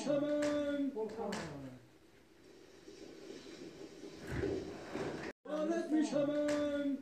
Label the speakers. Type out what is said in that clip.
Speaker 1: میشوند لعنت میشوند